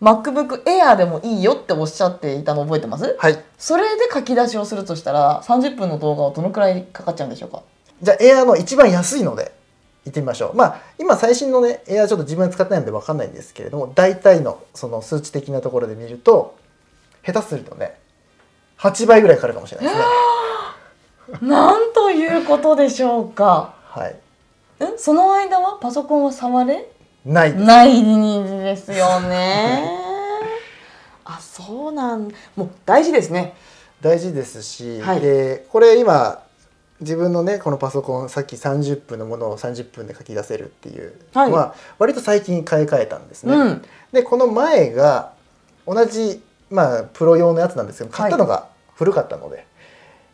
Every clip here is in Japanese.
MacBook Air でもいいよっておっしゃっていたの覚えてますはい。それで書き出しをするとしたら30分の動画はどのくらいかかっちゃうんでしょうかじゃあ、エアーの一番安いので、行ってみましょう。まあ、今最新のね、エアーちょっと自分は使ってないので分かんないんですけれども、大体のその数値的なところで見ると、下手するとね、8倍ぐらいかかるかもしれないですね。なんということでしょうかはい。んその間はパソコンは触れないです。ないですよね あそうなんもう大事ですね大事ですし、はいでこれ今自分のねこのパソコンさっき30分のものを30分で書き出せるっていうはいのは、割と最近買い替えたんですね。うんでこの前が同じ、まあ、プロ用のやつなんですけど買ったのが古かったので、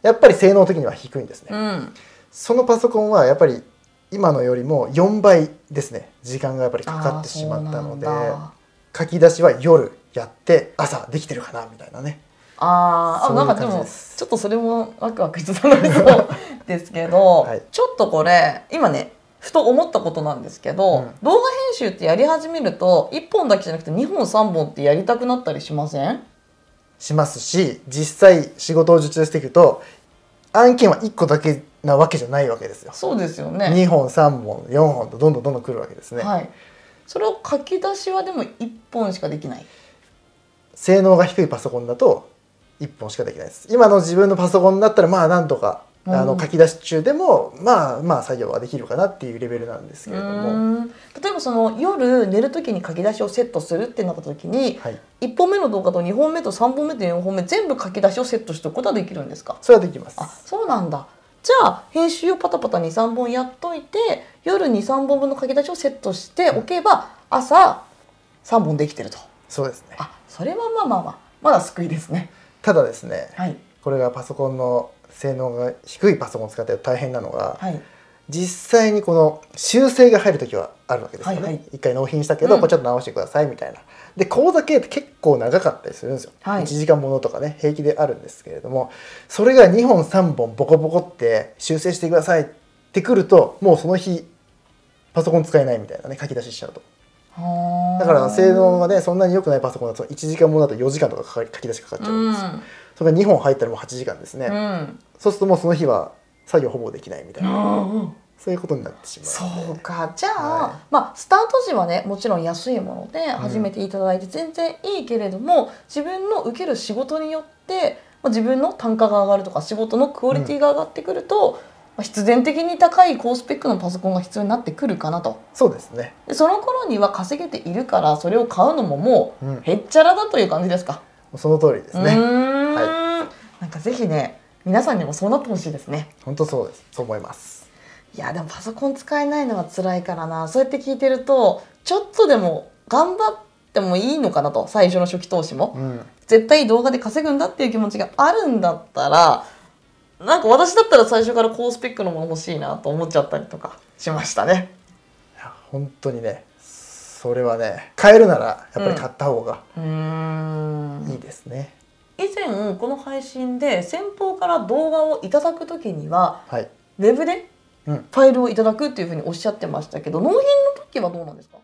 やっぱり性能的には低いんですね。うんそのパソコンはやっぱり今のよりも4倍ですね時間がやっぱりかかってしまったのであーそうなんだ書き出しは夜やって朝できてるかなみたいなね。あーあそういなうんかで感じもですちょっとそれもワクワクしてた のでそうですけど、はいちょっとこれ今ねふと思ったことなんですけど、うん動画編集ってやり始めると1本だけじゃなくて2本3本ってやりたくなったりしませんしますし実際仕事を受注していくと案件は1個だけなわけじゃないわけですよ。そうですよね2本3本4本とどんどんどんどん来るわけですね。はい、それを書き出しはでも1本しかできない性能が低いパソコンだと1本しかできないです。今の自分のパソコンだったらまあなんとか、うんあの書き出し中でもまあまあ作業はできるかなっていうレベルなんですけれどうも、ーん例えばその夜寝る時に書き出しをセットするってなった時に、はい、 1本目の動画と2本目と3本目と4本目全部書き出しをセットしておくことはできるんですかそれはできますあ。そうなんだじゃあ編集をパタパタ23本やっといて夜23本分の書き出しをセットしておけば、朝3本できてるとそうですね。あそれはまあまあまあまだ救いですねただですね、はいこれがパソコンの性能が低いパソコンを使ってると大変なのが、はい実際にこの修正が入る時はあるわけですよね、はいはい一回納品したけど、うんこれちょっと直してくださいみたいなで口座系って結構長かったりするんですよ、はい1時間ものとかね平気であるんですけれどもそれが2本3本ボコボコって修正してくださいってくるともうその日パソコン使えないみたいなね書き出ししちゃうとだから性能がねそんなに良くないパソコンだと1時間ものだと4時間とかかかり書き出しかかっちゃうんですよ、それが2本入ったらもう8時間ですね、うん、うんそうするともうその日は作業ほぼできないみたいな、うんそういうことになってしまうそうかじゃあ、はいまあスタート時はねもちろん安いもので始めていただいて全然いいけれども、自分の受ける仕事によって、まあ、自分の単価が上がるとか仕事のクオリティが上がってくると、まあ、必然的に高い高スペックのパソコンが必要になってくるかなとそうですねでその頃には稼げているからそれを買うのももううんへっちゃらだという感じですか。その通りですうね。ーんなんかぜひね皆さんにもそうなってほしいですね。本当そうです。そう思います。いやでもパソコン使えないのは辛いからなそうやって聞いてるとちょっとでも頑張ってもいいのかなと最初の初期投資も、うん。絶対動画で稼ぐんだっていう気持ちがあるんだったらなんか私だったら最初から高スペックのもの欲しいなと思っちゃったりとかしましたね。本当にね、それはね、買えるならやっぱり買った方がうーんいいですね。以前この配信で先方から動画をいただく時にははい。ウェブでうん。ファイルをいただくっていうふうにおっしゃってましたけど納品の時はどうなんですか